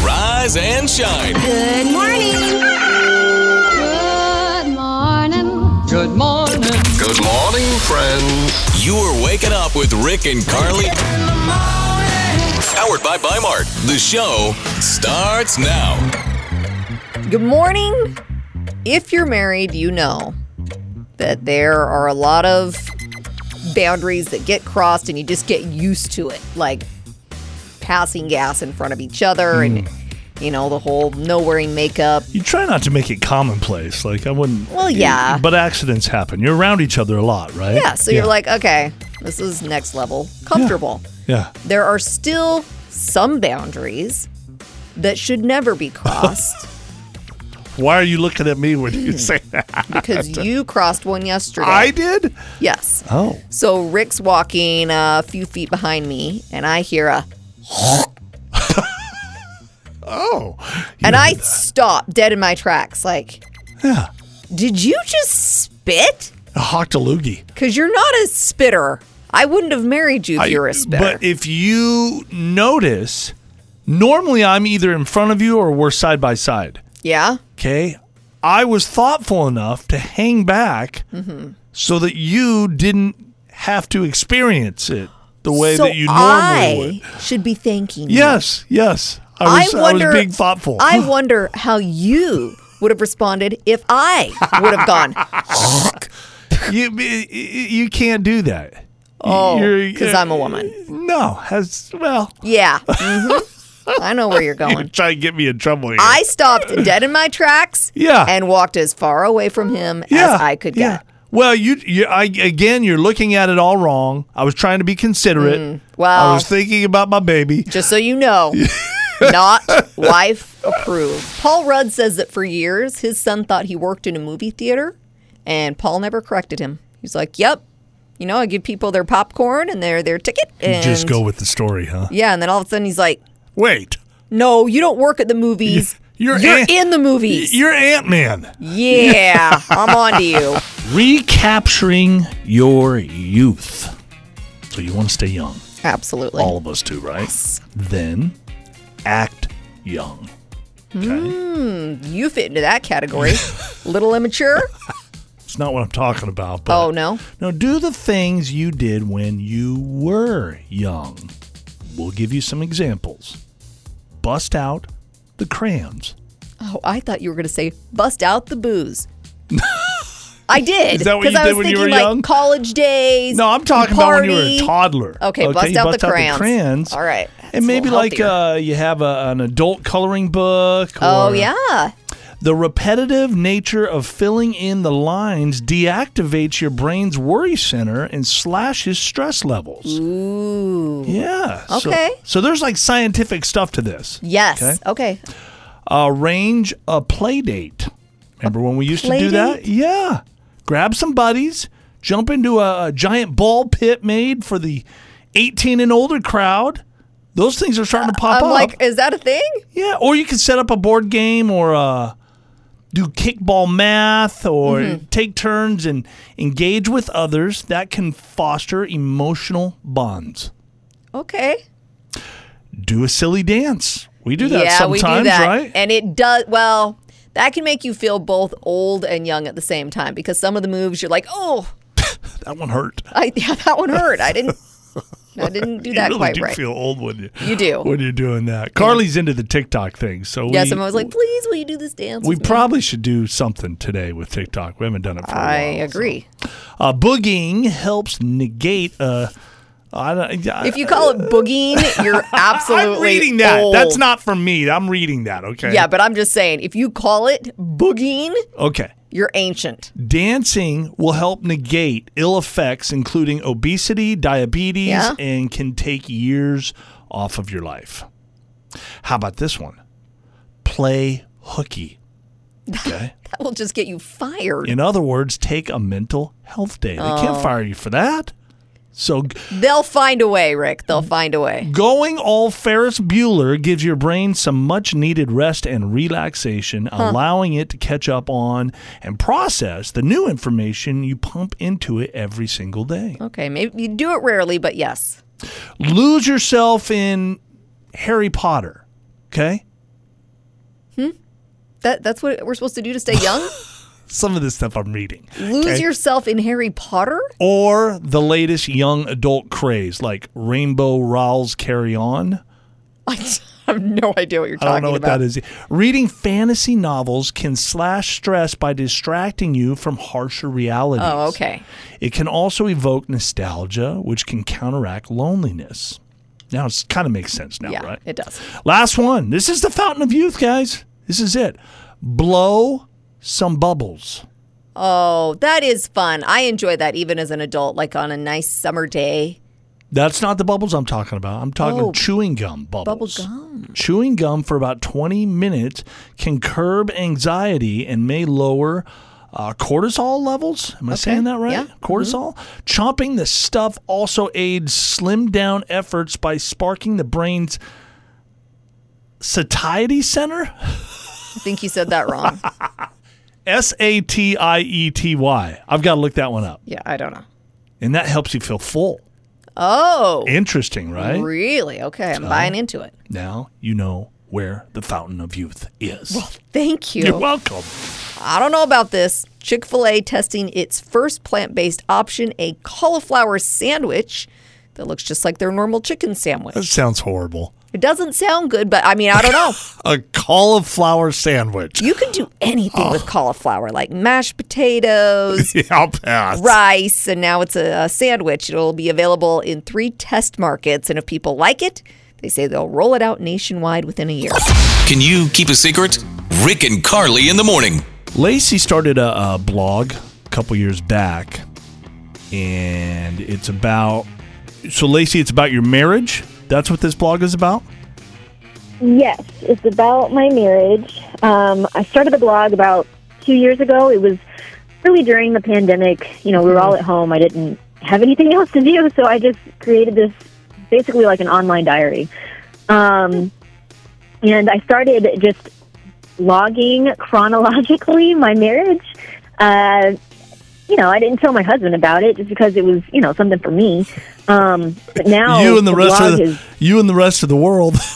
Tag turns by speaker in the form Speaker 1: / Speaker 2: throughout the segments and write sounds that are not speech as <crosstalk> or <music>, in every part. Speaker 1: rise and shine.
Speaker 2: Good morning.
Speaker 3: Good morning.
Speaker 4: Good morning.
Speaker 1: Good morning, friends. You are waking up with Rick and Carly. Powered by Bimart. The show starts now.
Speaker 5: Good morning. If you're married, you know that there are a lot of boundaries that get crossed and you just get used to it, like passing gas in front of each other and, you know, the whole no wearing makeup.
Speaker 6: You try not to make it commonplace. Like I wouldn't.
Speaker 5: Well, yeah.
Speaker 6: But accidents happen. You're around each other a lot, right?
Speaker 5: Yeah, so you're like, okay, this is next level comfortable.
Speaker 6: Yeah.
Speaker 5: There are still some boundaries that should never be crossed
Speaker 6: Why are you looking at me when
Speaker 5: Hmm.
Speaker 6: you say that?
Speaker 5: because you crossed one yesterday.
Speaker 6: I did.
Speaker 5: yes.
Speaker 6: Oh.
Speaker 5: So Rick's walking a few feet behind me, and I hear a,
Speaker 6: Oh.
Speaker 5: and I stop dead in my tracks. Like,
Speaker 6: Yeah.
Speaker 5: did you just spit?
Speaker 6: I hawked a loogie.
Speaker 5: Because you're not a spitter. I wouldn't have married you if you were a spitter.
Speaker 6: But if you notice, normally I'm either in front of you or we're side by side.
Speaker 5: yeah.
Speaker 6: Okay. I was thoughtful enough to hang back
Speaker 5: Mm-hmm.
Speaker 6: so that you didn't have to experience it the way
Speaker 5: so
Speaker 6: that you normally
Speaker 5: I
Speaker 6: would.
Speaker 5: should be thanking you.
Speaker 6: Yes, yes. I was, I was being thoughtful. <sighs>
Speaker 5: I wonder how you would have responded if I would have
Speaker 6: <laughs>
Speaker 5: gone.
Speaker 6: <laughs> you, you- you can't do that.
Speaker 5: Oh,
Speaker 6: You're-
Speaker 5: because I'm a woman.
Speaker 6: No, has well, <laughs>
Speaker 5: Yeah. hmm I know where you're
Speaker 6: you're
Speaker 5: going.
Speaker 6: trying to get me in trouble here.
Speaker 5: I stopped dead in my tracks.
Speaker 6: Yeah.
Speaker 5: And walked as far away from him as I could
Speaker 6: yeah.
Speaker 5: get.
Speaker 6: Well, you, you I, again, you're looking at it all wrong. I was trying to be considerate. I
Speaker 5: Mm. well-
Speaker 6: was thinking about my baby.
Speaker 5: Just so you
Speaker 6: <laughs>
Speaker 5: know, not wife approved. Paul Rudd says that for years his son thought he worked in a movie theater, and Paul never corrected him. He's like, "Yep, you know, I give people their popcorn and their their ticket." And
Speaker 6: Just go with the story, huh?
Speaker 5: Yeah, and then all of a sudden he's like,
Speaker 6: Wait,
Speaker 5: "No, you don't work at the movies.
Speaker 6: You're an-
Speaker 5: in the movies.
Speaker 6: you're Ant Man.
Speaker 5: yeah, I'm on to you."
Speaker 6: Recapturing your youth. So you want to stay young.
Speaker 5: Absolutely.
Speaker 6: all of us do, right? Then act young. Okay.
Speaker 5: You fit into that
Speaker 6: <laughs>
Speaker 5: category. Little immature?
Speaker 6: It's not what I'm talking about, but
Speaker 5: Oh no.
Speaker 6: no, do the things you did when you were young. We'll give you some examples. Bust out the crayons.
Speaker 5: Oh, I thought you were going to say bust out the
Speaker 6: <laughs>
Speaker 5: booze. I did.
Speaker 6: Is that what
Speaker 5: 'cause
Speaker 6: you
Speaker 5: I
Speaker 6: did
Speaker 5: was
Speaker 6: when you
Speaker 5: thinking
Speaker 6: were
Speaker 5: like
Speaker 6: young?
Speaker 5: college days.
Speaker 6: No, I'm talking about when you were a
Speaker 5: party.
Speaker 6: toddler.
Speaker 5: Okay, bust
Speaker 6: you
Speaker 5: out the crayons.
Speaker 6: crayons.
Speaker 5: All right. That's
Speaker 6: And
Speaker 5: a
Speaker 6: maybe
Speaker 5: little
Speaker 6: like
Speaker 5: healthier.
Speaker 6: uh, you have a, an adult coloring book. Or
Speaker 5: Oh yeah.
Speaker 6: The repetitive nature of filling in the lines deactivates your brain's worry center and slashes stress levels.
Speaker 5: Ooh.
Speaker 6: Yeah. so-
Speaker 5: Mm. Okay.
Speaker 6: So, there's like scientific stuff to this.
Speaker 5: Yes. Okay.
Speaker 6: Arrange a play date. Remember when we used to
Speaker 5: play
Speaker 6: do that? Yeah. Grab some buddies, jump into a, a giant ball pit made for the 18 and older crowd. Those things are starting to pop
Speaker 5: Uh, I'm
Speaker 6: up.
Speaker 5: like, is that a thing?
Speaker 6: Yeah, or you could set up a board game or uh, do kickball math or
Speaker 5: Mm-hmm.
Speaker 6: take turns and engage with others. That can foster emotional bonds.
Speaker 5: Okay.
Speaker 6: Do a silly dance. We do that
Speaker 5: yeah,
Speaker 6: sometimes,
Speaker 5: we do that.
Speaker 6: right?
Speaker 5: And it does well. That can make you feel both old and young at the same time because some of the moves you're like, oh,
Speaker 6: that one hurt.
Speaker 5: I <laughs> yeah, that one hurt. I
Speaker 6: <laughs>
Speaker 5: didn't. I didn't do
Speaker 6: you
Speaker 5: that
Speaker 6: really
Speaker 5: quite
Speaker 6: do
Speaker 5: right.
Speaker 6: feel old when you
Speaker 5: You do.
Speaker 6: when you're doing that. Carly's into the TikTok thing, so
Speaker 5: yes,
Speaker 6: we,
Speaker 5: and I was like, please, will you do this dance?
Speaker 6: we
Speaker 5: with me?"
Speaker 6: probably should do something today with TikTok. We haven't done it for a while.
Speaker 5: I agree.
Speaker 6: Uh, boogieing helps negate. Uh, I don't.
Speaker 5: If you call it
Speaker 6: <laughs>
Speaker 5: boogieing, you're absolutely.
Speaker 6: I'm reading that.
Speaker 5: old.
Speaker 6: That's not from me. I'm reading that. Okay.
Speaker 5: Yeah, but I'm just saying, if you call it boogieing,
Speaker 6: okay.
Speaker 5: you're ancient.
Speaker 6: Dancing will help negate ill effects, including obesity, diabetes,
Speaker 5: Yeah.
Speaker 6: and can take years off of your life. How about this one? Play hooky.
Speaker 5: <laughs>
Speaker 6: Okay.
Speaker 5: That will just get you fired.
Speaker 6: In other words, take a mental health day. They
Speaker 5: Oh.
Speaker 6: can't fire you for that. So g-
Speaker 5: They'll find a way, Rick. They'll find a way.
Speaker 6: Going all Ferris Bueller gives your brain some much needed rest and relaxation, allowing it to catch up on and process the new information you pump into it every single day.
Speaker 5: Okay, maybe you do it rarely, but yes.
Speaker 6: Lose yourself in Harry Potter, okay?
Speaker 5: That that's what we're supposed to do to stay
Speaker 6: <laughs>
Speaker 5: young.
Speaker 6: Some of this stuff I'm reading.
Speaker 5: Lose
Speaker 6: okay?
Speaker 5: yourself in Harry Potter. <laughs>
Speaker 6: or the latest young adult craze like Rainbow Rowell's Carry On.
Speaker 5: I have no idea what you're
Speaker 6: I don't
Speaker 5: talking
Speaker 6: know what
Speaker 5: about.
Speaker 6: that is. Reading fantasy novels can slash stress by distracting you from harsher realities.
Speaker 5: Oh, okay.
Speaker 6: It can also evoke nostalgia, which can counteract loneliness. Now it kind of makes sense now,
Speaker 5: yeah,
Speaker 6: right?
Speaker 5: it does.
Speaker 6: Last one. This is the fountain of youth, guys. This is it. Blow some bubbles.
Speaker 5: Oh, that is fun. I enjoy that even as an adult, like on a nice summer day.
Speaker 6: That's not the bubbles I'm talking about. I'm talking
Speaker 5: Oh.
Speaker 6: chewing gum bubbles.
Speaker 5: gum.
Speaker 6: Chewing gum for about 20 minutes can curb anxiety and may lower uh, cortisol levels. Am I saying that right?
Speaker 5: yeah. Mm-hmm.
Speaker 6: Cortisol. Chomping the stuff also aids slim down efforts by sparking the brain's satiety center.
Speaker 5: I think you said that wrong.
Speaker 6: S A T I E T Y. I've got to look that one up.
Speaker 5: <laughs> yeah, I don't know.
Speaker 6: And that helps you feel full.
Speaker 5: Oh,
Speaker 6: Interesting, right?
Speaker 5: really? Okay, I'm buying into it.
Speaker 6: Now you know where the fountain of youth is.
Speaker 5: Thank you.
Speaker 6: You're welcome.
Speaker 5: I don't know about this. Chick fil A testing its first plant based option, a cauliflower sandwich that looks just like their normal chicken
Speaker 6: That
Speaker 5: sandwich.
Speaker 6: sounds horrible.
Speaker 5: It doesn't sound good, but I mean, I don't know.
Speaker 6: A cauliflower sandwich. <laughs>
Speaker 5: You can do anything with cauliflower, like mashed potatoes,
Speaker 6: Yeah, I'll pass.
Speaker 5: rice, and now it's a, a sandwich. It'll be available in three test markets, and if people like it, they say they'll roll it out nationwide within a year.
Speaker 1: Can you keep a secret? Rick and Carly in the morning.
Speaker 6: Lacey started a, a blog a couple years back, and it's about. So, Lacey, it's about your marriage. That's what this blog is about.
Speaker 2: Yes, it's about my marriage. Um, I started the blog about two years ago. It was really during the pandemic. You know, we were all at home. I didn't have anything <laughs> else to do, so I just created this basically like an online diary. Um, and I started just logging chronologically <laughs> my marriage. Uh, you know, I didn't tell my husband about it just because it was, you know, something for me. Um, but now
Speaker 6: you and the, rest
Speaker 2: blog
Speaker 6: of the,
Speaker 2: is
Speaker 6: you and the rest of the world. <laughs>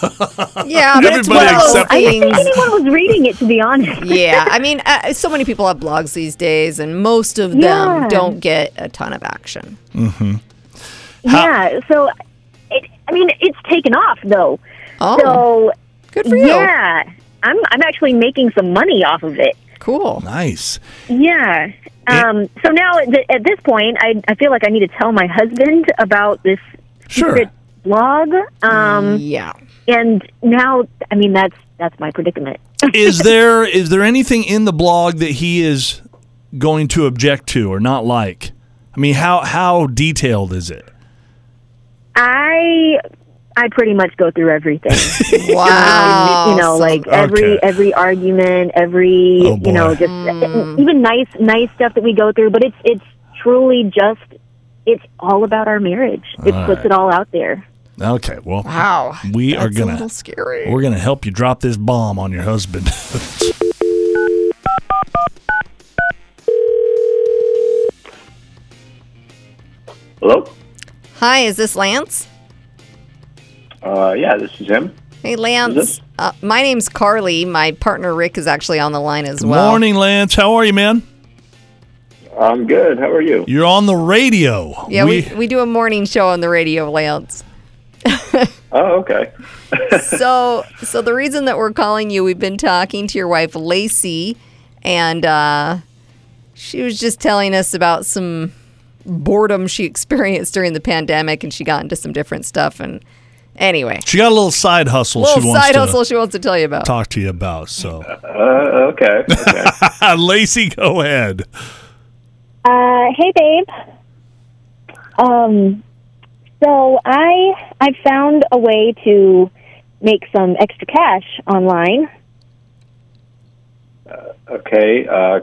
Speaker 5: Yeah, but it's one
Speaker 6: Everybody
Speaker 5: of those
Speaker 6: except-
Speaker 2: I didn't think
Speaker 5: things-
Speaker 2: anyone was reading it, to be honest.
Speaker 5: yeah, I mean, uh, so many people have blogs these days, and most of them
Speaker 2: Yeah.
Speaker 5: don't get a ton of action.
Speaker 2: Yeah. So, it, I mean, it's taken off though.
Speaker 5: Oh,
Speaker 2: so,
Speaker 5: good for you.
Speaker 2: yeah, I'm I'm actually making some money off of it.
Speaker 5: Cool.
Speaker 6: nice.
Speaker 2: Yeah.
Speaker 6: Yeah.
Speaker 2: Um, so now at, th- at this point, I I feel like I need to tell my husband about this
Speaker 6: Sure.
Speaker 2: secret blog. Um,
Speaker 5: yeah.
Speaker 2: and now I mean that's that's my predicament.
Speaker 6: is there is there anything in the blog that he is going to object to or not like? I mean, how how detailed is it?
Speaker 2: I I pretty much go through everything.
Speaker 5: Wow.
Speaker 2: you know,
Speaker 5: So-
Speaker 2: like every
Speaker 6: Oh, Okay.
Speaker 2: every argument, every
Speaker 6: Oh, boy.
Speaker 2: you know, just even nice nice stuff that we go through. But it's it's truly just it's all about our marriage. It puts it all out there.
Speaker 6: Okay, well,
Speaker 5: wow.
Speaker 6: we
Speaker 5: That's
Speaker 6: are
Speaker 5: a
Speaker 6: gonna
Speaker 5: little scary.
Speaker 6: we're gonna help you drop this bomb on your husband.
Speaker 4: Hello?
Speaker 5: Hi, is this Lance?
Speaker 4: Uh, yeah, this is him.
Speaker 5: Hey, Lance.
Speaker 4: this-
Speaker 5: Uh, my name's Carly. My partner Rick is actually on the line as <laughs> well.
Speaker 6: Morning, Lance. How are you, man?
Speaker 4: I'm good. How are you?
Speaker 6: You're on the radio.
Speaker 5: Yeah, we, we do a morning show on the radio, Lance.
Speaker 4: Oh, okay.
Speaker 5: so <laughs> so the reason that we're calling you we've been talking to your wife lacey and uh, she was just telling us about some boredom she experienced during the pandemic and she got into some different stuff and anyway
Speaker 6: she got a little side hustle.
Speaker 5: little
Speaker 6: she wants
Speaker 5: side
Speaker 6: to
Speaker 5: hustle she wants to tell you about
Speaker 6: talk to you about. So, <laughs> Uh,
Speaker 4: Uh, okay. okay.
Speaker 6: Lacey, go ahead.
Speaker 2: Uh, hey, babe. Um, so I I found a way to make some extra cash online.
Speaker 4: okay. Uh,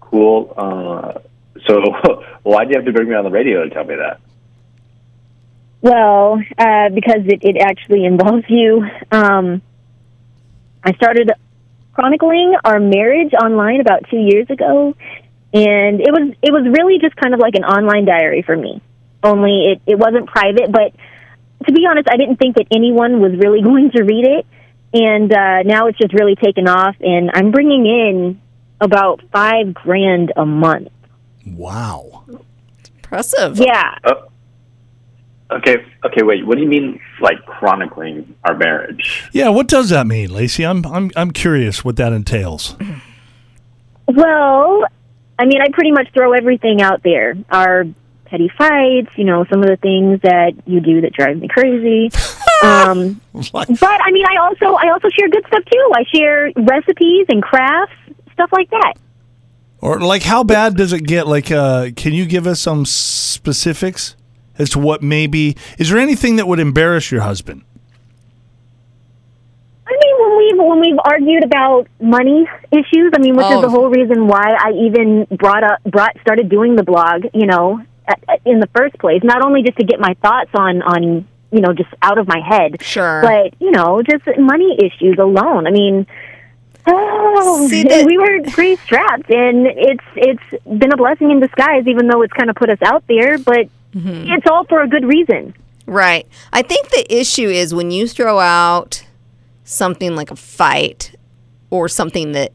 Speaker 4: cool. Uh, so, <laughs> why do you have to bring me on the radio to tell me that?
Speaker 2: Well, uh, because it, it actually involves you. Um, I started chronicling our marriage online about two years ago, and it was it was really just kind of like an online diary for me. Only <laughs> it, it wasn't private, but to be honest, I didn't think that anyone was really going to read it. And uh, now it's just really taken off, and I'm bringing in about five grand a month.
Speaker 6: Wow.
Speaker 5: Impressive.
Speaker 2: Yeah,
Speaker 4: Okay, okay, wait. What do you mean, like chronicling our marriage?
Speaker 6: Yeah, what does that mean, Lacey? I'm I'm I'm curious what that entails. <laughs>
Speaker 2: Well, I mean, I pretty much throw everything out there. Our petty fights, you know, some of the things that you do that drive me crazy. um,
Speaker 6: Like,
Speaker 2: but I mean, I also I also share good stuff too. I share recipes and crafts, stuff like that.
Speaker 6: or like how bad does it get? Like uh can you give us some specifics as to what maybe is there anything that would embarrass your husband?
Speaker 2: I mean, when we've when we've argued about money issues, I mean, which
Speaker 5: Oh.
Speaker 2: is the whole reason why I even brought up brought started doing the blog, you know, at- at- in the first place. Not only just to get my thoughts on on you know just out of my head,
Speaker 5: Sure.
Speaker 2: but you know, just money issues alone. I mean. Oh, <laughs>
Speaker 5: See, that-
Speaker 2: we were pretty strapped, and it's it's been a blessing in disguise. Even though it's kind of put us out there, but
Speaker 5: Mm-hmm.
Speaker 2: it's all for a good reason.
Speaker 5: Right. I think the issue is when you throw out something like a fight or something that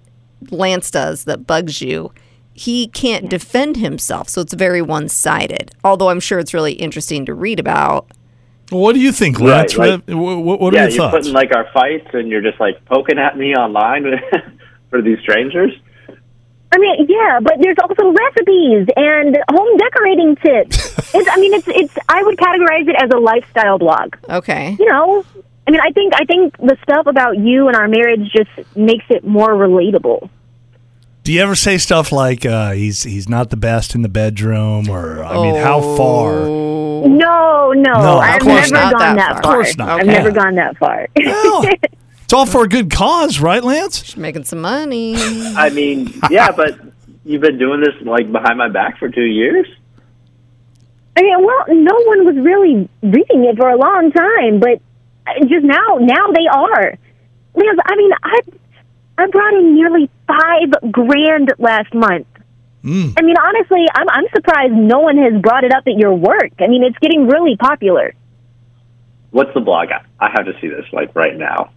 Speaker 5: Lance does that bugs you, he can't defend himself. So it's very one sided. Although I'm sure it's really interesting to read about.
Speaker 6: What do you think,
Speaker 4: Right,
Speaker 6: Lance?
Speaker 4: like-
Speaker 6: what what, what are
Speaker 4: yeah,
Speaker 6: your
Speaker 4: you're
Speaker 6: thoughts?
Speaker 4: putting like our fights, and you're just like poking at me online <laughs> for these strangers.
Speaker 2: I mean, yeah, but there's also recipes and home
Speaker 5: <laughs>
Speaker 2: decorating tips. it's, I mean, it's it's. I would categorize it as a lifestyle blog.
Speaker 5: Okay.
Speaker 2: You know, I mean, I think I think the stuff about you and our marriage just makes it more relatable.
Speaker 6: do you ever say stuff like uh he's he's not the best in the bedroom or I mean how far?
Speaker 5: Oh.
Speaker 2: No, no,
Speaker 6: of
Speaker 2: I've
Speaker 5: course
Speaker 2: never
Speaker 5: not that
Speaker 2: gone that,
Speaker 5: far.
Speaker 2: far.
Speaker 5: Of course
Speaker 6: not.
Speaker 2: I've
Speaker 6: Okay.
Speaker 2: never gone that far.
Speaker 5: <laughs> Oh.
Speaker 6: Well, <laughs> it's all for a good cause, right, Lance?
Speaker 5: Making some money.
Speaker 4: I mean,
Speaker 6: <laughs>
Speaker 4: yeah, but you've been doing this like behind my back for two years.
Speaker 2: I mean, well, no one was really reading it for a long time, but just now, now they are. Because I mean, I I brought in nearly five grand last month. I mean, honestly, I'm I'm surprised no one has brought it up at your work. I mean, it's getting really popular.
Speaker 4: What's the blog? I, I have to see this like right now.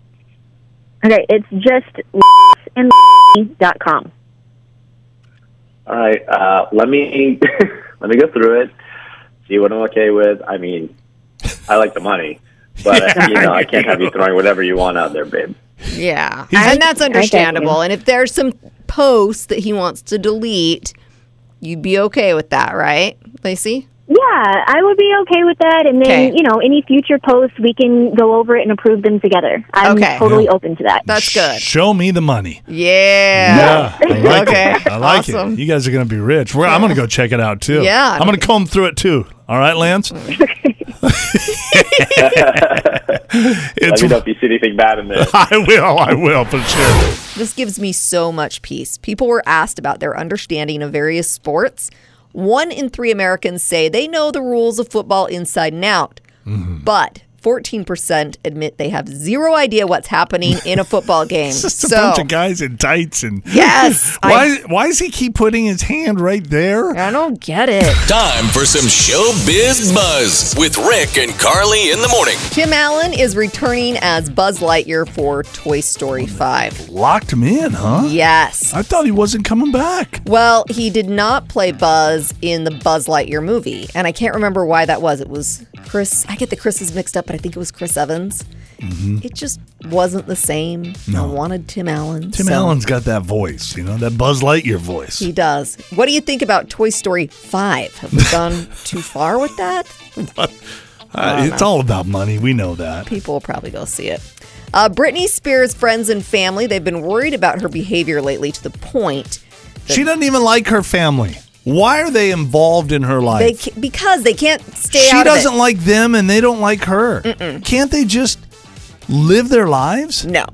Speaker 2: Okay, it's just and dot com.
Speaker 4: All right, uh, let me <laughs> let me go through it, see what I'm okay with. I mean, I like the money, <laughs> but you know, I can't have you throwing whatever you want out there, babe.
Speaker 5: Yeah. and that's understandable. And if there's some posts that he wants to delete, you'd be okay with that, right, Lacey?
Speaker 2: Yeah, I would be okay with that. And then,
Speaker 5: Okay.
Speaker 2: you know, any future posts, we can go over it and approve them together. I'm
Speaker 5: Okay.
Speaker 2: totally open to that.
Speaker 5: That's good.
Speaker 6: Show me the money.
Speaker 5: Yeah.
Speaker 6: Yeah, I like
Speaker 5: Okay.
Speaker 6: it. I like
Speaker 5: Awesome.
Speaker 6: it. You guys are going to be rich. We're, I'm going to go check it out too.
Speaker 5: Yeah.
Speaker 6: I'm going to comb through it too. All right, Lance.
Speaker 5: <laughs>
Speaker 6: <laughs>
Speaker 4: Let
Speaker 6: it's,
Speaker 4: me know if you see anything bad in there.
Speaker 6: <laughs> I will. I will for sure.
Speaker 5: This gives me so much peace. People were asked about their understanding of various sports. One in three Americans say they know the rules of football inside and out,
Speaker 6: Mm-hmm.
Speaker 5: but 14% admit they have zero idea what's
Speaker 6: <laughs>
Speaker 5: happening in a football game.
Speaker 6: Just a
Speaker 5: so,
Speaker 6: bunch of guys in tights and.
Speaker 5: yes, I,
Speaker 6: <laughs> Why? why does he keep putting his hand right there?
Speaker 5: I don't get it.
Speaker 1: Time for some showbiz buzz with Rick and Carly in the morning.
Speaker 5: Tim Allen is returning as Buzz Lightyear for Toy Story 5.
Speaker 6: Locked him in, huh?
Speaker 5: Yes.
Speaker 6: I thought he wasn't coming back.
Speaker 5: Well, he did not play Buzz in the Buzz Lightyear movie, and I can't remember why that was. It was Chris. I get the Chris's mixed up, but I think it was Chris Evans.
Speaker 6: Mm-hmm.
Speaker 5: It just wasn't the same. I wanted Tim Allen.
Speaker 6: Tim
Speaker 5: so
Speaker 6: Allen's got that voice, you know, that Buzz Lightyear voice.
Speaker 5: He does. What do you think about Toy Story 5? Have we
Speaker 6: <laughs>
Speaker 5: gone too far with that?
Speaker 6: Uh, it's all about money. We know that.
Speaker 5: People will probably go see it. Uh, Britney Spears' friends and family, they've been worried about her behavior lately to the point
Speaker 6: She doesn't even like her family. Why are they involved in her
Speaker 5: they
Speaker 6: life?
Speaker 5: ca- because they can't stay
Speaker 6: she
Speaker 5: out of it.
Speaker 6: doesn't like them and they don't like her. Can't they just live their lives?
Speaker 5: No.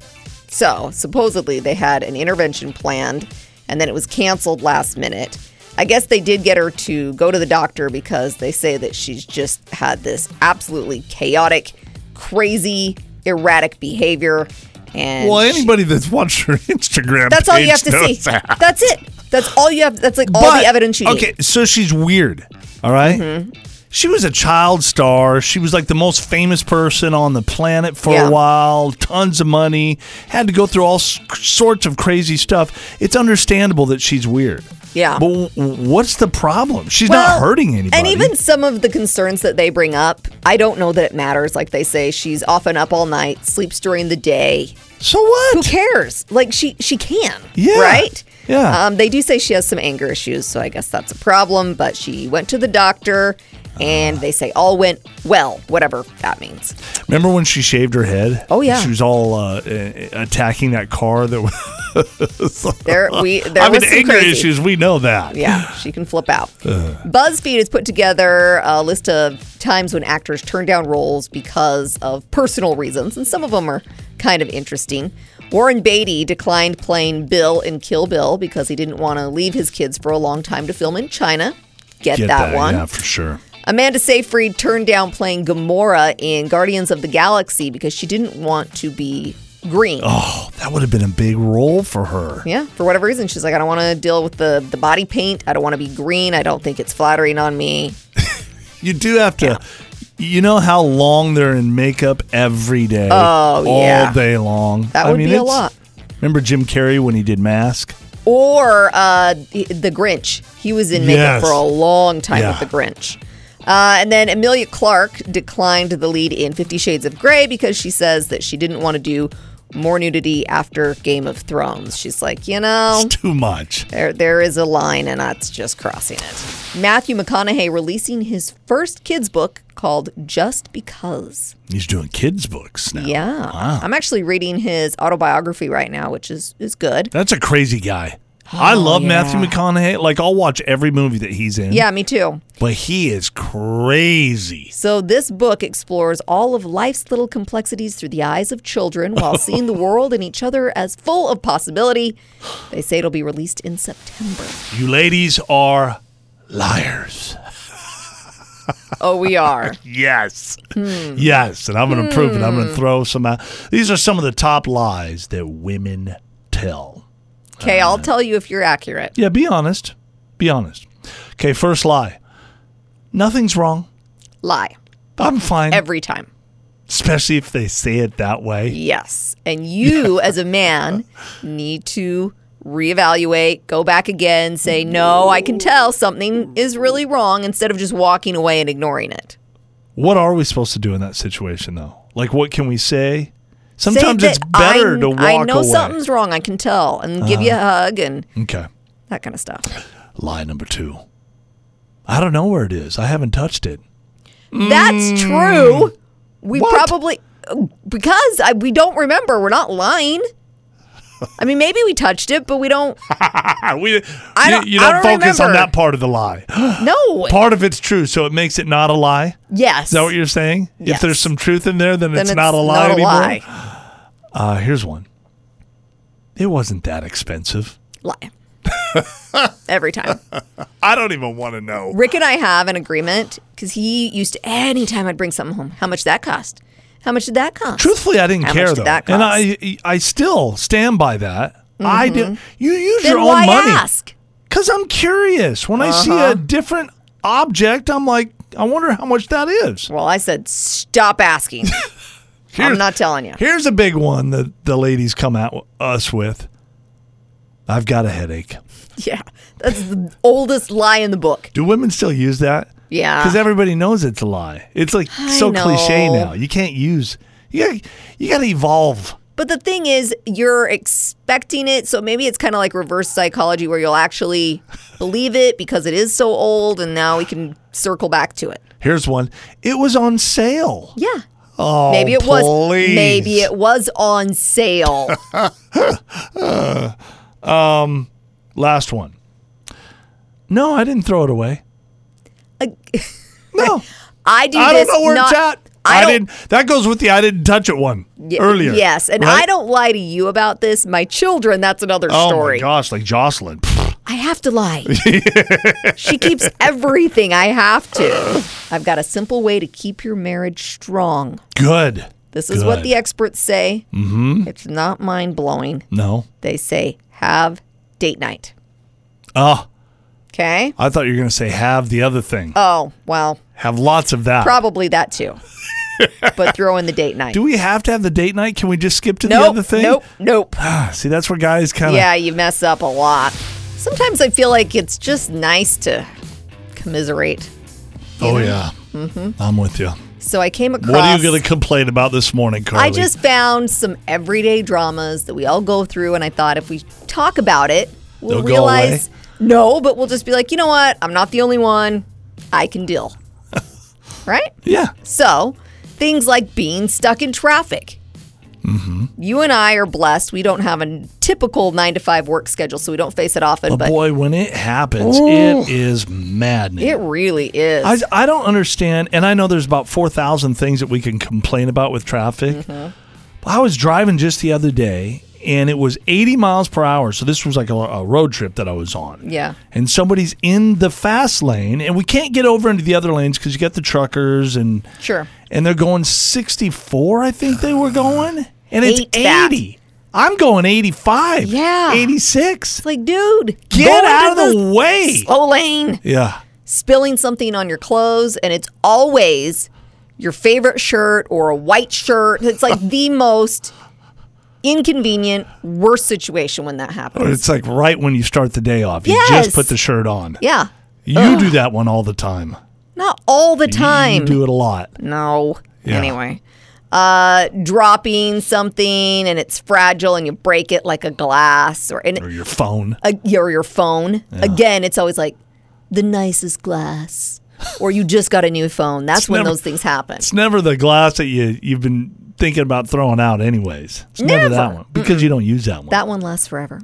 Speaker 5: So, supposedly, they had an intervention planned and then it was canceled last minute. I guess they did get her to go to the doctor because they say that she's just had this absolutely chaotic, crazy, erratic behavior. And
Speaker 6: Well,
Speaker 5: she-
Speaker 6: anybody that's watched her <laughs> Instagram
Speaker 5: that's all you
Speaker 6: page
Speaker 5: have to see.
Speaker 6: knows that.
Speaker 5: That's it. That's all you Mm-hmm. have. That's like all
Speaker 6: But-
Speaker 5: the evidence you need.
Speaker 6: Okay, so she's weird. All right? she was a child star. She was like the most famous person on the planet for
Speaker 5: Yeah.
Speaker 6: a while, tons of money, had to go through all s- sorts of crazy stuff. It's understandable that she's weird.
Speaker 5: Yeah.
Speaker 6: But w- what's the problem? She's not hurting anybody.
Speaker 5: And even some of the concerns that they bring up, I don't know that it matters. Like they say, she's often up all night, sleeps during the day.
Speaker 6: so
Speaker 5: Who
Speaker 6: what?
Speaker 5: cares? Like she she can.
Speaker 6: Yeah.
Speaker 5: Right?
Speaker 6: Yeah.
Speaker 5: Um, they do say she has some anger issues, so I guess that's a problem. But she went to the doctor and they say all went well, whatever that means.
Speaker 6: Remember when she shaved her head?
Speaker 5: Oh, yeah.
Speaker 6: She was all uh, uh, attacking that car that was
Speaker 5: There we there
Speaker 6: <laughs> I mean,
Speaker 5: was some
Speaker 6: anger
Speaker 5: crazy.
Speaker 6: issues. We know
Speaker 5: <sighs>
Speaker 6: that.
Speaker 5: Yeah, she can flip out. BuzzFeed has put together a list of times when actors turn down roles because of personal reasons, and some of them are kind of interesting. Warren Beatty declined playing Bill in Kill Bill because he didn't want to leave his kids for a long time to film in China. Get,
Speaker 6: Get
Speaker 5: that, one.
Speaker 6: Yeah, for sure.
Speaker 5: Amanda Seyfried turned down playing Gamora in Guardians of the Galaxy because she didn't want to be green.
Speaker 6: Oh, that would have been a big role for her.
Speaker 5: Yeah, for whatever reason, she's like, I don't want to deal with the the body paint. I don't want to be green. I don't think it's flattering on me.
Speaker 6: You do have to. You know how long they're in makeup every day.
Speaker 5: Oh,
Speaker 6: all
Speaker 5: yeah.
Speaker 6: day long.
Speaker 5: That
Speaker 6: I
Speaker 5: would
Speaker 6: mean,
Speaker 5: be a
Speaker 6: it's-
Speaker 5: lot.
Speaker 6: Remember Jim Carrey when he did Mask?
Speaker 5: Or uh, the, the Grinch. He was in makeup
Speaker 6: Yes.
Speaker 5: for a long time
Speaker 6: Yeah.
Speaker 5: with the Grinch. Uh, and then Amelia Clark declined the lead in Fifty Shades of Grey because she says that she didn't want to do more nudity after Game of Thrones. She's like, you know,
Speaker 6: It's too much.
Speaker 5: There, there is a line, and that's just crossing it. Matthew McConaughey releasing his first kids book called Just Because.
Speaker 6: He's doing kids' books now.
Speaker 5: Yeah,
Speaker 6: Wow.
Speaker 5: I'm actually reading his autobiography right now, which is is good.
Speaker 6: That's a crazy guy. I
Speaker 5: Oh,
Speaker 6: love Matthew McConaughey. Like, I'll watch every movie that he's in.
Speaker 5: Yeah, me too.
Speaker 6: But he is crazy.
Speaker 5: So this book explores all of life's little complexities through the eyes of children, while
Speaker 6: <laughs>
Speaker 5: seeing the world and each other as full of possibility. They say it'll be released in September.
Speaker 6: You ladies are liars.
Speaker 5: Oh, we are.
Speaker 6: Yes.
Speaker 5: Hmm.
Speaker 6: Yes. And I'm going to prove it. I'm going to throw some out. These are some of the top lies that women tell.
Speaker 5: <laughs> Okay,
Speaker 6: Uh.
Speaker 5: I'll tell you if you're accurate.
Speaker 6: Yeah, be honest. Be honest. Okay, first lie. Nothing's wrong.
Speaker 5: Lie
Speaker 6: I'm fine.
Speaker 5: every time.
Speaker 6: Especially if they say it that way.
Speaker 5: Yes. And
Speaker 6: <laughs>
Speaker 5: you, as a man, need to reevaluate, go back again, say, no, I can tell something is really wrong instead of just walking away and ignoring it.
Speaker 6: What are we supposed to do in that situation, though? Like, what can we say? Sometimes
Speaker 5: say
Speaker 6: it's
Speaker 5: that
Speaker 6: better
Speaker 5: I,
Speaker 6: to walk
Speaker 5: I know
Speaker 6: away. Uh-huh.
Speaker 5: something's wrong. I can tell and give you a hug and
Speaker 6: Okay.
Speaker 5: that kind of stuff.
Speaker 6: Lie number two. I don't know where it is. I haven't touched it.
Speaker 5: That's true. We
Speaker 6: Mm. What?
Speaker 5: probably, because I, we don't remember, we're not lying. I mean, maybe we touched it, but we don't.
Speaker 6: <laughs> Ah,
Speaker 5: I
Speaker 6: we, you-
Speaker 5: don't-
Speaker 6: you,
Speaker 5: I
Speaker 6: don't,
Speaker 5: don't
Speaker 6: focus on
Speaker 5: remember.
Speaker 6: that part of the lie.
Speaker 5: No.
Speaker 6: part of it's true, so it makes it not a lie.
Speaker 5: yes.
Speaker 6: Is that what you're saying?
Speaker 5: Yes.
Speaker 6: If there's some truth in there, then,
Speaker 5: then
Speaker 6: it's, not a lie
Speaker 5: not a
Speaker 6: anymore.
Speaker 5: lie.
Speaker 6: Uh, here's one. It wasn't that expensive.
Speaker 5: lie. Every time.
Speaker 6: I don't even want to know.
Speaker 5: Rick and I have an agreement because he used to, anytime I'd bring something home, how much that cost? How much did that cost?
Speaker 6: Truthfully, I didn't
Speaker 5: How
Speaker 6: care
Speaker 5: much
Speaker 6: though,
Speaker 5: did that
Speaker 6: and
Speaker 5: cost? Mm-hmm.
Speaker 6: I I still stand by that. I do. You use
Speaker 5: Then
Speaker 6: your
Speaker 5: why
Speaker 6: own money
Speaker 5: ask? Uh-huh.
Speaker 6: because I'm curious. When I see a different object, I'm like, I wonder how much that is.
Speaker 5: Well, I said, stop asking.
Speaker 6: <laughs>
Speaker 5: I'm
Speaker 6: Here's-
Speaker 5: not telling you.
Speaker 6: Here's a big one that the ladies come at w- us with. I've got a headache.
Speaker 5: Yeah. That's the oldest lie in the book.
Speaker 6: Do women still use that?
Speaker 5: Yeah.
Speaker 6: Because everybody knows it's a lie. It's like
Speaker 5: I
Speaker 6: so cliche
Speaker 5: know.
Speaker 6: now. You can't use. You gotta, you gotta evolve.
Speaker 5: But the thing is, you're expecting it. So maybe it's kind of like reverse psychology where you'll actually believe it because it is so old and now we can circle back to it.
Speaker 6: Here's one. It was on sale.
Speaker 5: Yeah.
Speaker 6: Oh,
Speaker 5: Maybe it was.
Speaker 6: please.
Speaker 5: Maybe it was on
Speaker 6: <laughs>
Speaker 5: sale.
Speaker 6: Last one. No, I didn't throw it away.
Speaker 5: Ag-
Speaker 6: <laughs>
Speaker 5: <laughs>
Speaker 6: No,
Speaker 5: I do.
Speaker 6: I don't
Speaker 5: this
Speaker 6: know where
Speaker 5: not,
Speaker 6: it's at.
Speaker 5: I,
Speaker 6: I,
Speaker 5: don't,
Speaker 6: didn't. That goes with the I didn't touch it one
Speaker 5: y-
Speaker 6: earlier.
Speaker 5: Yes, and
Speaker 6: right?
Speaker 5: I don't lie to you about this. My children, that's another
Speaker 6: Oh
Speaker 5: story.
Speaker 6: my gosh, like Jocelyn.
Speaker 5: I have to
Speaker 6: <laughs>
Speaker 5: lie. she keeps everything. I have
Speaker 6: <sighs>
Speaker 5: to. I've got a simple way to keep your marriage strong.
Speaker 6: Good.
Speaker 5: This is what
Speaker 6: Good.
Speaker 5: the experts say. Mm-hmm. It's not mind blowing.
Speaker 6: No.
Speaker 5: They say have date night.
Speaker 6: Oh,
Speaker 5: Okay.
Speaker 6: I thought you were going to say have the other thing.
Speaker 5: Oh, well,
Speaker 6: have lots of that.
Speaker 5: probably that
Speaker 6: <laughs>
Speaker 5: too. but throw in the date night.
Speaker 6: Do we have to have the date night? Can we just skip to the
Speaker 5: nope,
Speaker 6: other thing?
Speaker 5: nope, nope.
Speaker 6: See, that's where guys kind of.
Speaker 5: Yeah, you mess up a lot. Sometimes I feel like it's just nice to commiserate.
Speaker 6: Oh, yeah.
Speaker 5: Mm-hmm.
Speaker 6: I'm with you.
Speaker 5: So I came across.
Speaker 6: What are you going to complain about this morning, Carly?
Speaker 5: I just found some everyday dramas that we all go through, and I thought if we talk about it, we'll
Speaker 6: They'll go
Speaker 5: realize no, but we'll just be like, you know what? I'm not the only one. I can
Speaker 6: <laughs>
Speaker 5: deal. right?
Speaker 6: Yeah.
Speaker 5: So, things like being stuck in traffic.
Speaker 6: Mm-hmm.
Speaker 5: You and I are blessed. We don't have a typical nine to five work schedule, so we don't face it often,
Speaker 6: But
Speaker 5: but
Speaker 6: boy, when it happens, it is maddening.
Speaker 5: it really is.
Speaker 6: I, I don't understand, and I know there's about 4,000 things that we can complain about with traffic.
Speaker 5: Mm-hmm.
Speaker 6: I was driving just the other day, and it was 80 miles per hour. So this was like a, a road trip that I was on.
Speaker 5: Yeah.
Speaker 6: And somebody's in the fast lane, and we can't get over into the other lanes because you got the truckers and
Speaker 5: Sure.
Speaker 6: and they're going 64, I think they were going, and it's
Speaker 5: Hate that.
Speaker 6: 80. I'm going 85.
Speaker 5: Yeah.
Speaker 6: 86.
Speaker 5: It's like, dude,
Speaker 6: Get
Speaker 5: go
Speaker 6: out
Speaker 5: into
Speaker 6: of the way.
Speaker 5: slow lane.
Speaker 6: Yeah.
Speaker 5: spilling something on your clothes, and it's always your favorite shirt or a white shirt. It's
Speaker 6: <laughs>
Speaker 5: like the most inconvenient, worst situation when that happens.
Speaker 6: Oh, It's like right when you start the day off. You
Speaker 5: Yes.
Speaker 6: just put the shirt on.
Speaker 5: yeah.
Speaker 6: You do that one all the time.
Speaker 5: Not all the
Speaker 6: You-
Speaker 5: time.
Speaker 6: You do it a lot.
Speaker 5: No.
Speaker 6: Yeah.
Speaker 5: Anyway. Uh, dropping something and it's fragile and you break it like a glass or and
Speaker 6: Or your phone.
Speaker 5: a, your your phone. Again, it's always like the nicest glass, or you just got a new phone. That's when
Speaker 6: never-
Speaker 5: those things happen.
Speaker 6: It's never the glass that you, you've been thinking about throwing out, anyways. It's never, that
Speaker 5: Never.
Speaker 6: one because you don't use that one.
Speaker 5: That one lasts
Speaker 6: <laughs>
Speaker 5: forever.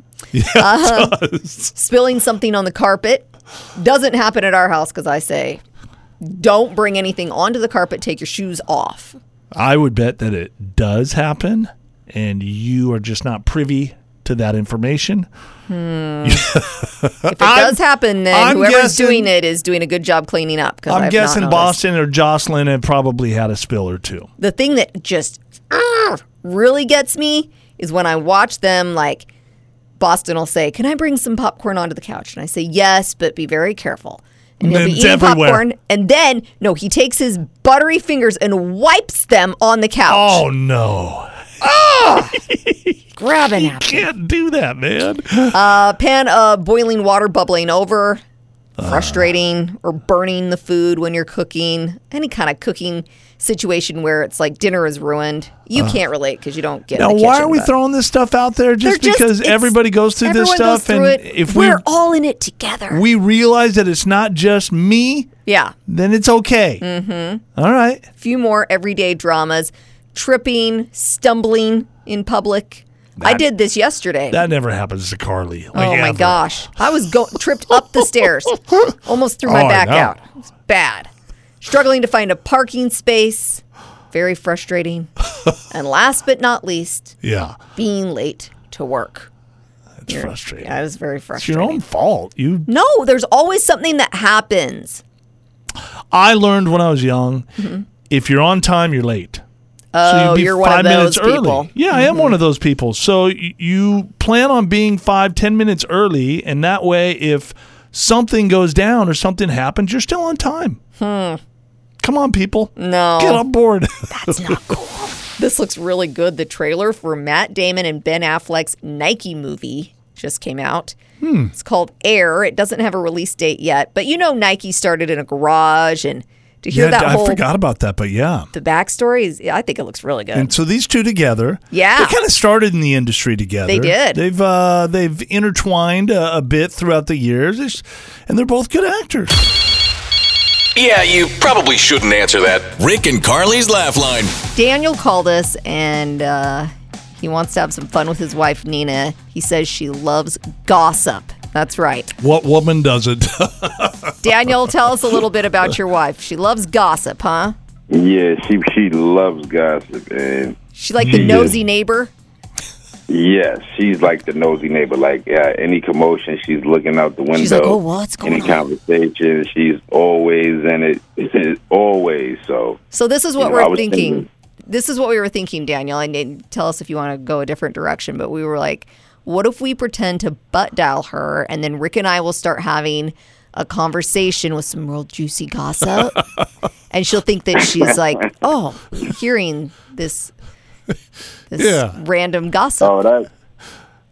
Speaker 5: Uh, Spilling something on the carpet doesn't happen at our house because I say, don't bring anything onto the carpet. Take your shoes off.
Speaker 6: I would bet that it does happen, and you are just not privy to that information.
Speaker 5: If it does happen, then
Speaker 6: I'm
Speaker 5: whoever's
Speaker 6: guessing-
Speaker 5: doing it is doing a good job cleaning up. 'cause
Speaker 6: I'm
Speaker 5: I've not
Speaker 6: guessing
Speaker 5: noticed.
Speaker 6: Boston or Jocelyn have probably had a spill or two.
Speaker 5: The thing that just ah, really gets me is when I watch them like. Boston will say, "Can I bring some popcorn onto the couch?" And I say, "Yes, but be very careful." And he'll be
Speaker 6: It's
Speaker 5: eating
Speaker 6: everywhere.
Speaker 5: popcorn, and then no, he takes his buttery fingers and wipes them on the couch.
Speaker 6: Oh
Speaker 5: <laughs>
Speaker 6: no!
Speaker 5: grab a napkin.
Speaker 6: Can't do that, man.
Speaker 5: A pan of boiling water bubbling over, frustrating, or burning the food when you're cooking. Any kind of cooking situation where it's like dinner is ruined. You can't relate because you don't get.
Speaker 6: Now,
Speaker 5: in the
Speaker 6: why
Speaker 5: kitchen,
Speaker 6: are we
Speaker 5: but-
Speaker 6: throwing this stuff out there
Speaker 5: They're
Speaker 6: just because
Speaker 5: it's-
Speaker 6: everybody goes through this
Speaker 5: everyone goes
Speaker 6: stuff,
Speaker 5: through
Speaker 6: and
Speaker 5: it.
Speaker 6: if we
Speaker 5: we're all in it together,
Speaker 6: we realize that it's not just me,
Speaker 5: yeah.
Speaker 6: then it's okay. Mm-hmm. right.
Speaker 5: few more everyday dramas, tripping, stumbling in public. I
Speaker 6: That-
Speaker 5: did this yesterday.
Speaker 6: That never happens to Carly. like,
Speaker 5: oh my
Speaker 6: ever.
Speaker 5: gosh. I was go- tripped up the
Speaker 6: <laughs>
Speaker 5: stairs, almost threw my
Speaker 6: Oh, I
Speaker 5: back
Speaker 6: know.
Speaker 5: out. It was bad. Struggling to find a parking space. Very
Speaker 6: <laughs>
Speaker 5: frustrating. and last but not least,
Speaker 6: Yeah.
Speaker 5: being late to work.
Speaker 6: It's frustrating.
Speaker 5: Yeah, it was very
Speaker 6: It's your
Speaker 5: frustrating.
Speaker 6: own fault. You
Speaker 5: No, there's always something that happens.
Speaker 6: I learned when I was young, if you're on time, you're late. so
Speaker 5: Mm-hmm. Oh,
Speaker 6: you'd be
Speaker 5: you're one
Speaker 6: five
Speaker 5: of those
Speaker 6: minutes
Speaker 5: people. Mm-hmm.
Speaker 6: early. Yeah, I am one of those people. So y- you plan on being five, ten minutes early, and that way, if something goes down or something happens, you're still on time. Hmm. Come on, people.
Speaker 5: No.
Speaker 6: Get
Speaker 5: <laughs>
Speaker 6: on board.
Speaker 5: This looks really good. The trailer for Matt Damon and Ben Affleck's Nike movie just came out. It's called Air. It doesn't have a release date yet, but you know Nike started in a garage and to hear that whole
Speaker 6: about that, but yeah.
Speaker 5: the backstory is yeah, I think it looks really good.
Speaker 6: And so these two together,
Speaker 5: Yeah.
Speaker 6: they kind of started in the industry together.
Speaker 5: They did.
Speaker 6: They've uh, they've intertwined a, a bit throughout the years, It's- and they're both good actors.
Speaker 1: Yeah, you probably shouldn't answer that. Rick and Carly's Laugh Line.
Speaker 5: Daniel called us and uh, he wants to have some fun with his wife Nina. He says she loves gossip. That's right.
Speaker 6: What woman doesn't?
Speaker 5: Daniel, tell us a little bit about your wife. She loves gossip, huh?
Speaker 7: Yeah, she she loves gossip, and
Speaker 5: She like the
Speaker 7: Yeah.
Speaker 5: nosy neighbor.
Speaker 7: yeah, she's like the nosy neighbor. Like uh, any commotion, she's looking out the window.
Speaker 5: She's like, "Oh, what's going
Speaker 7: any
Speaker 5: on?"
Speaker 7: conversation, she's always in it, <laughs> always. So
Speaker 5: So this is what
Speaker 7: know, I
Speaker 5: we're
Speaker 7: was
Speaker 5: thinking.
Speaker 7: thinking-
Speaker 5: This is what we were thinking, Daniel. And and tell us if you want to go a different direction. But we were like, what if we pretend to butt dial her, and then Rick and I will start having a conversation with some real juicy
Speaker 7: <laughs>
Speaker 5: gossip, and she'll think that she's like, oh, hearing this this
Speaker 6: Yeah.
Speaker 5: random gossip.
Speaker 7: Oh, that's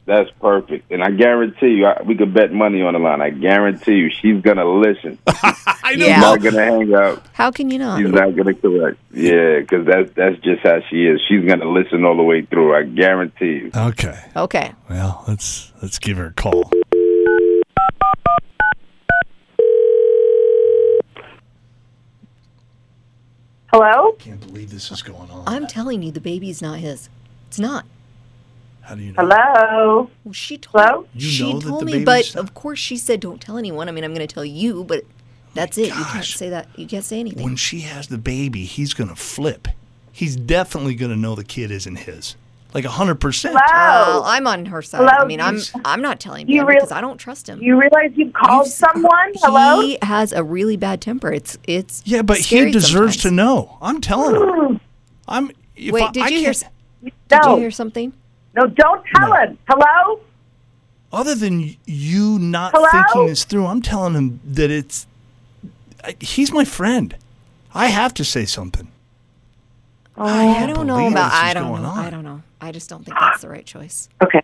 Speaker 7: that's perfect. And I guarantee you, I, we could bet money on the line. I guarantee you, she's gonna listen.
Speaker 6: I
Speaker 5: Yeah.
Speaker 7: Not gonna hang up.
Speaker 5: How can you not?
Speaker 7: She's not gonna correct. Yeah, because that's that's just how she is. She's gonna listen all the way through. I guarantee you.
Speaker 6: Okay.
Speaker 5: Okay.
Speaker 6: Well, let's let's give her a call.
Speaker 2: Hello?
Speaker 6: Can't believe this is going on.
Speaker 5: I'm telling you, the baby's not his. It's not.
Speaker 6: How do you know?
Speaker 2: Hello?
Speaker 5: Well, she told
Speaker 2: Hello?
Speaker 6: You
Speaker 5: she
Speaker 6: know that
Speaker 5: told
Speaker 6: the
Speaker 5: me, but
Speaker 6: baby's-
Speaker 5: of course she said don't tell anyone. I mean, I'm going to tell you, but that's it. You can't
Speaker 6: gosh.
Speaker 5: say that. You can't say anything.
Speaker 6: When she has the baby, he's gonna flip. He's definitely gonna know the kid isn't his. Like hundred percent.
Speaker 5: well, I'm on her side. I
Speaker 2: Hello?
Speaker 5: mean, I'm I'm not telling
Speaker 2: You
Speaker 5: him
Speaker 2: real-
Speaker 5: because I don't trust him.
Speaker 2: You realize you
Speaker 5: You've
Speaker 2: called
Speaker 5: s-
Speaker 2: someone? Hello?
Speaker 5: He has a really bad temper. It's it's
Speaker 6: Yeah, but
Speaker 5: scary
Speaker 6: he deserves to
Speaker 5: sometimes.
Speaker 6: know. I'm telling
Speaker 5: <gasps>
Speaker 6: her. I'm. if
Speaker 5: Wait,
Speaker 6: I-
Speaker 5: did
Speaker 6: I
Speaker 5: you hear? s-
Speaker 6: can't-
Speaker 5: Did you
Speaker 2: No.
Speaker 5: hear something?
Speaker 2: No, don't tell him. Hello?
Speaker 6: Other than you not
Speaker 2: Hello?
Speaker 6: thinking this through, I'm telling him that it's. I, he's my friend. I have to say something. I,
Speaker 5: Oh. I
Speaker 6: can't
Speaker 5: don't know
Speaker 6: believe
Speaker 5: about.
Speaker 6: this is
Speaker 5: I don't
Speaker 6: going
Speaker 5: know.
Speaker 6: on.
Speaker 5: I don't know. I just don't think that's the right choice.
Speaker 2: Okay.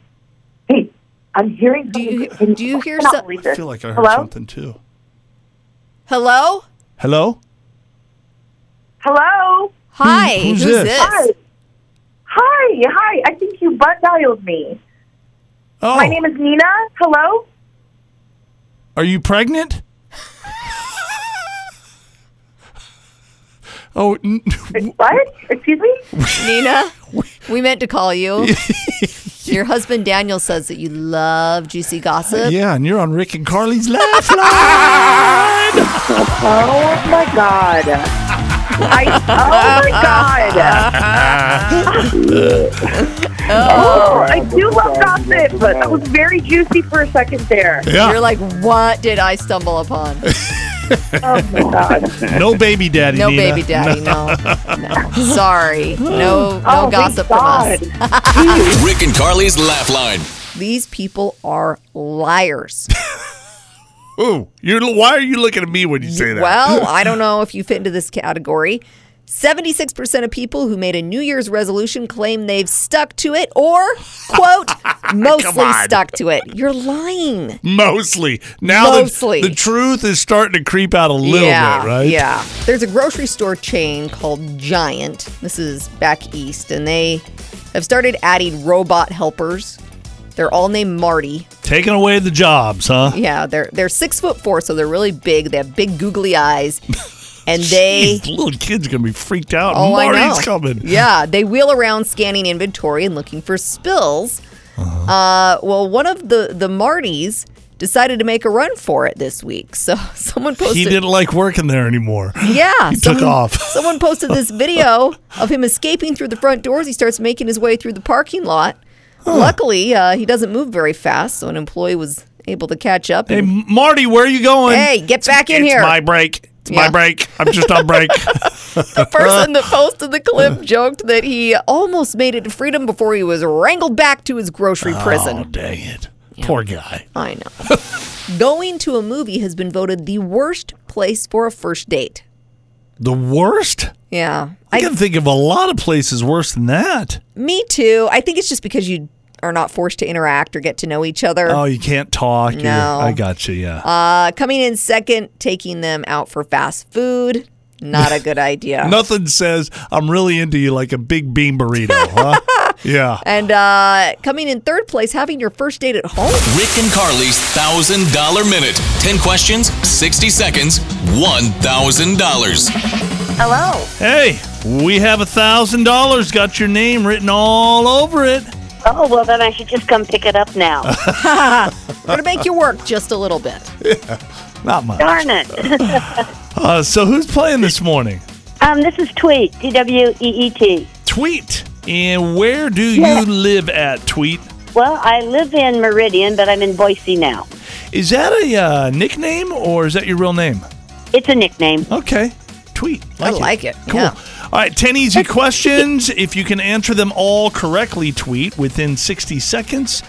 Speaker 2: Hey, I'm hearing.
Speaker 5: Do you-
Speaker 2: something-
Speaker 5: do you hear
Speaker 2: I cannot
Speaker 5: so-
Speaker 2: believe
Speaker 6: I
Speaker 2: this.
Speaker 6: feel like I heard
Speaker 2: Hello?
Speaker 6: something too.
Speaker 5: Hello.
Speaker 6: Hello.
Speaker 2: Hello.
Speaker 5: Hi.
Speaker 6: Hmm, who's
Speaker 5: who's
Speaker 6: this?
Speaker 5: this?
Speaker 2: Hi. Hi. Hi. I think you butt dialed me.
Speaker 6: Oh,
Speaker 2: My name is Nina. Hello.
Speaker 6: are you pregnant? <laughs> oh, n- <laughs>
Speaker 2: What? Excuse me.
Speaker 5: Nina, we meant to call
Speaker 6: <laughs>
Speaker 5: you. Your husband Daniel says that you love juicy gossip.
Speaker 6: yeah, and you're on Rick and Carly's
Speaker 5: <laughs>
Speaker 6: laugh line.
Speaker 2: Oh my God. I, oh my God. oh, I do love gossip, but that was very juicy for a second there.
Speaker 5: You're like, what did I stumble upon?
Speaker 2: Oh my God.
Speaker 6: no baby daddy.
Speaker 5: No
Speaker 6: Nina.
Speaker 5: baby daddy, no. No.
Speaker 6: <gasps>
Speaker 5: Sorry. No no
Speaker 2: Oh, thank
Speaker 5: gossip from
Speaker 2: God.
Speaker 5: us.
Speaker 1: Rick and Carly's laugh line.
Speaker 5: These people are liars.
Speaker 6: Ooh, you're, why are you looking at me when you <laughs> say that? <laughs>
Speaker 5: Well, I don't know if you fit into this category. 76% of people who made a New Year's resolution claim they've stuck to it or,
Speaker 6: <laughs>
Speaker 5: quote, mostly
Speaker 6: on.
Speaker 5: stuck to it. You're lying.
Speaker 6: mostly. Now the-
Speaker 5: Mostly.
Speaker 6: The, truth is starting to creep out a little
Speaker 5: yeah,
Speaker 6: bit, right?
Speaker 5: Yeah. There's a grocery store chain called Giant. This is back east, and they have started adding robot helpers. They're all named Marty.
Speaker 6: Taking away the jobs, huh?
Speaker 5: Yeah, they're they're six foot four, so they're really big. They have big googly
Speaker 6: <laughs>
Speaker 5: eyes, and they.
Speaker 6: Jeez, little kid's gonna be freaked out.
Speaker 5: Oh, I
Speaker 6: Marty's
Speaker 5: know.
Speaker 6: coming.
Speaker 5: Yeah, they wheel around scanning inventory and looking for spills.
Speaker 6: Uh-huh.
Speaker 5: uh well, one of the the Martys decided to make a run for it this week. So <laughs> someone posted
Speaker 6: He didn't like working there anymore.
Speaker 5: Yeah. He
Speaker 6: took off.
Speaker 5: someone posted this video of him escaping through the front doors. He starts making his way through the parking lot. Luckily, uh, he doesn't move very fast, so an employee was able to catch up.
Speaker 6: Hey,
Speaker 5: and-
Speaker 6: Marty, where are you going?
Speaker 5: Hey, get back in
Speaker 6: it's
Speaker 5: here.
Speaker 6: my break. It's
Speaker 5: Yeah.
Speaker 6: my break. I'm just
Speaker 5: <laughs>
Speaker 6: on break. Oh,
Speaker 5: the person
Speaker 6: <laughs>
Speaker 5: that posted the clip joked that he almost made it to freedom before he was wrangled back to his grocery
Speaker 6: oh,
Speaker 5: prison.
Speaker 6: dang it. Poor guy.
Speaker 5: I
Speaker 6: <laughs>
Speaker 5: know. Going to a movie has been voted the worst place for a first date.
Speaker 6: The worst?
Speaker 5: Yeah.
Speaker 6: I
Speaker 5: I
Speaker 6: can think of a lot of places worse than that.
Speaker 5: me too. I think it's just because you are not forced to interact or get to know each other.
Speaker 6: Oh, you can't talk. You're-
Speaker 5: Er. No.
Speaker 6: I got you. Yeah.
Speaker 5: Uh, coming in second, taking them out for fast food. Not a good idea.
Speaker 6: <laughs> Nothing says I'm really into you like a big bean
Speaker 5: <laughs>
Speaker 6: burrito, huh? yeah.
Speaker 5: And uh, coming in third place, having your first date at home.
Speaker 1: Rick and Carly's thousand dollar minute. Ten questions, sixty seconds, one thousand dollars.
Speaker 2: Hello.
Speaker 6: Hey, we have a thousand dollars. Got your name written all over it.
Speaker 8: Oh, well, then I should just come pick it up now.
Speaker 6: <laughs>
Speaker 5: We're gonna make you work just a little bit.
Speaker 6: Not much.
Speaker 8: Darn it. <laughs>
Speaker 6: Uh, so who's playing this morning?
Speaker 8: Um, this is Tweet, T W E E T.
Speaker 6: Tweet. And where do you
Speaker 8: Yeah.
Speaker 6: live at? Tweet.
Speaker 8: Well, I live in Meridian, but I'm in Boise now.
Speaker 6: Is that a uh, nickname or is that your real name?
Speaker 8: It's a nickname.
Speaker 6: Okay. Tweet.
Speaker 5: I like it.
Speaker 6: Cool.
Speaker 5: Yeah.
Speaker 6: All right, 10 easy questions. If you can answer them all correctly, tweet within 60 seconds,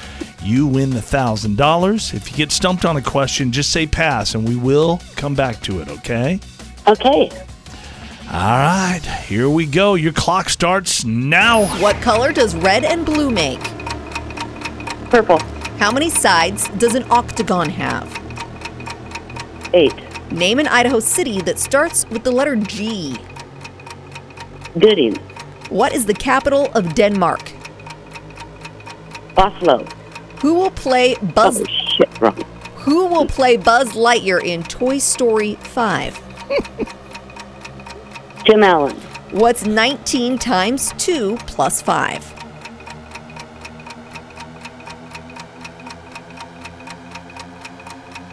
Speaker 6: you win the thousand dollars. If you get stumped on a question, just say pass, and we will come back to it. Okay.
Speaker 8: Okay.
Speaker 6: All right. Here we go. Your clock starts now.
Speaker 5: What color does red and blue make?
Speaker 8: Purple.
Speaker 5: How many sides does an octagon have?
Speaker 8: Eight.
Speaker 5: Name an Idaho city that starts with the letter G.
Speaker 8: Gooding.
Speaker 5: What is the capital of Denmark?
Speaker 8: Buffalo.
Speaker 5: Who will play Buzz
Speaker 8: Oh, shit. Wrong.
Speaker 5: Who will play Buzz Lightyear in Toy Story 5?
Speaker 8: Jim Allen.
Speaker 5: What's 19 times 2 plus 5?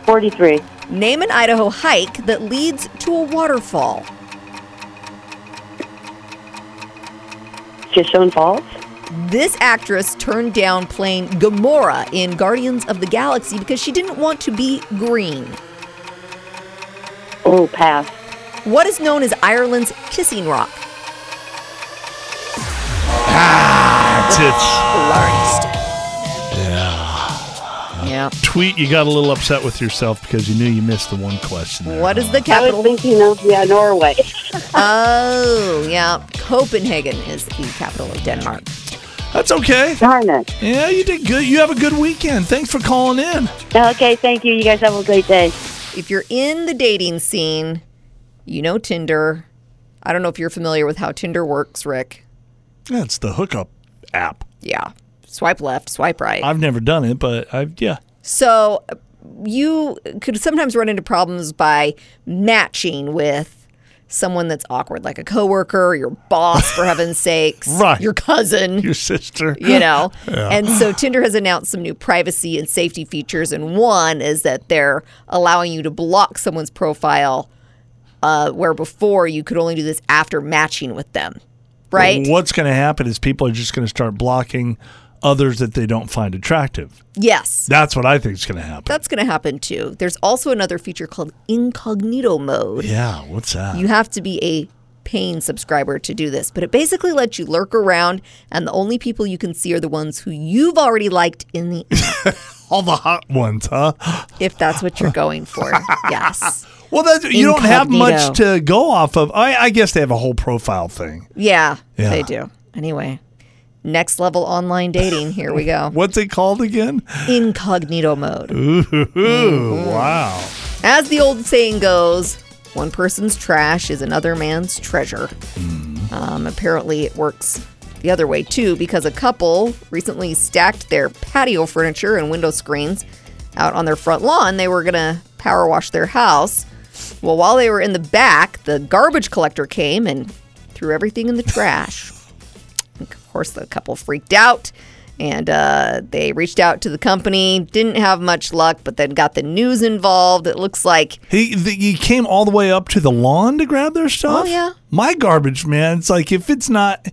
Speaker 8: Forty-three.
Speaker 5: Name an Idaho hike that leads to a waterfall.
Speaker 8: Shoshone Falls.
Speaker 5: This actress turned down playing Gamora in Guardians of the Galaxy because she didn't want to be green.
Speaker 8: Oh, pass.
Speaker 5: What is known as Ireland's Kissing Rock?
Speaker 6: That's it.
Speaker 5: Yeah.
Speaker 6: Tweet, you got a little upset with yourself because you knew you missed the one question. There.
Speaker 5: What is the
Speaker 8: I was
Speaker 5: capital?
Speaker 8: thinking of yeah, Norway.
Speaker 5: Oh, yeah. Copenhagen is the capital of Denmark.
Speaker 6: That's okay.
Speaker 8: Darn it.
Speaker 6: Yeah, you did good. You have a good weekend. Thanks for calling in.
Speaker 8: Okay, thank you. You guys have a great day.
Speaker 5: if you're in the dating scene, you know Tinder. I don't know if you're familiar with how Tinder works, Rick.
Speaker 6: That's the hookup app.
Speaker 5: Yeah. Swipe left, swipe right.
Speaker 6: I've never done it, but I yeah.
Speaker 5: So uh, you could sometimes run into problems by matching with someone that's awkward, like a coworker, your boss, for heaven's sakes,
Speaker 6: Right.
Speaker 5: your cousin.
Speaker 6: Your sister.
Speaker 5: <laughs> you know. And so Tinder has announced some new privacy and safety features, and one is that they're allowing you to block someone's profile, uh, where before you could only do this after matching with them, right?
Speaker 6: What's going to happen is people are just going to start blocking others that they don't find attractive.
Speaker 5: Yes.
Speaker 6: That's what I think is going to happen.
Speaker 5: That's going to happen too. There's also another feature called incognito mode.
Speaker 6: yeah, what's that?
Speaker 5: You have to be a paying subscriber to do this, but it basically lets you lurk around, and the only people you can see are the ones who you've already liked in the
Speaker 6: All the hot ones, huh?
Speaker 5: if that's what you're going for. Yes.
Speaker 6: Well, that's, you don't have
Speaker 5: Incognito.
Speaker 6: much to go off of. I, I guess they have a whole profile thing.
Speaker 5: Yeah,
Speaker 6: Yeah.
Speaker 5: they do. Anyway, next level online dating. Here we
Speaker 6: <laughs>
Speaker 5: go.
Speaker 6: What's it called again?
Speaker 5: Incognito mode.
Speaker 6: Ooh, wow.
Speaker 5: As the old saying goes, one person's trash is another man's treasure. Um, apparently, it works the other way too because a couple recently stacked their patio furniture and window screens out on their front lawn. They were going to power wash their house. Well, while they were in the back, the garbage collector came and threw everything in the trash. Of course, the couple freaked out and uh, they reached out to the company. Didn't have much luck, but then got the news involved. It looks like
Speaker 6: He, the, he came all the way up to the lawn to grab their stuff?
Speaker 5: Oh, yeah.
Speaker 6: My garbage, man. It's like if it's not.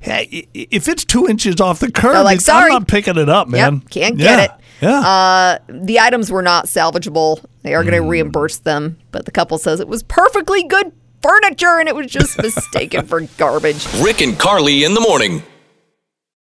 Speaker 6: hey, i- i- If it's two inches off the curb,
Speaker 5: like,
Speaker 6: it's-
Speaker 5: "Sorry."
Speaker 6: I'm not picking it up, man.
Speaker 5: can't get
Speaker 6: Yeah,
Speaker 5: it. Uh,
Speaker 6: Yeah.
Speaker 5: the items were not salvageable. They are going to reimburse them, but the couple says it was perfectly good furniture and it was just mistaken for garbage.
Speaker 1: Rick and Carly in the morning.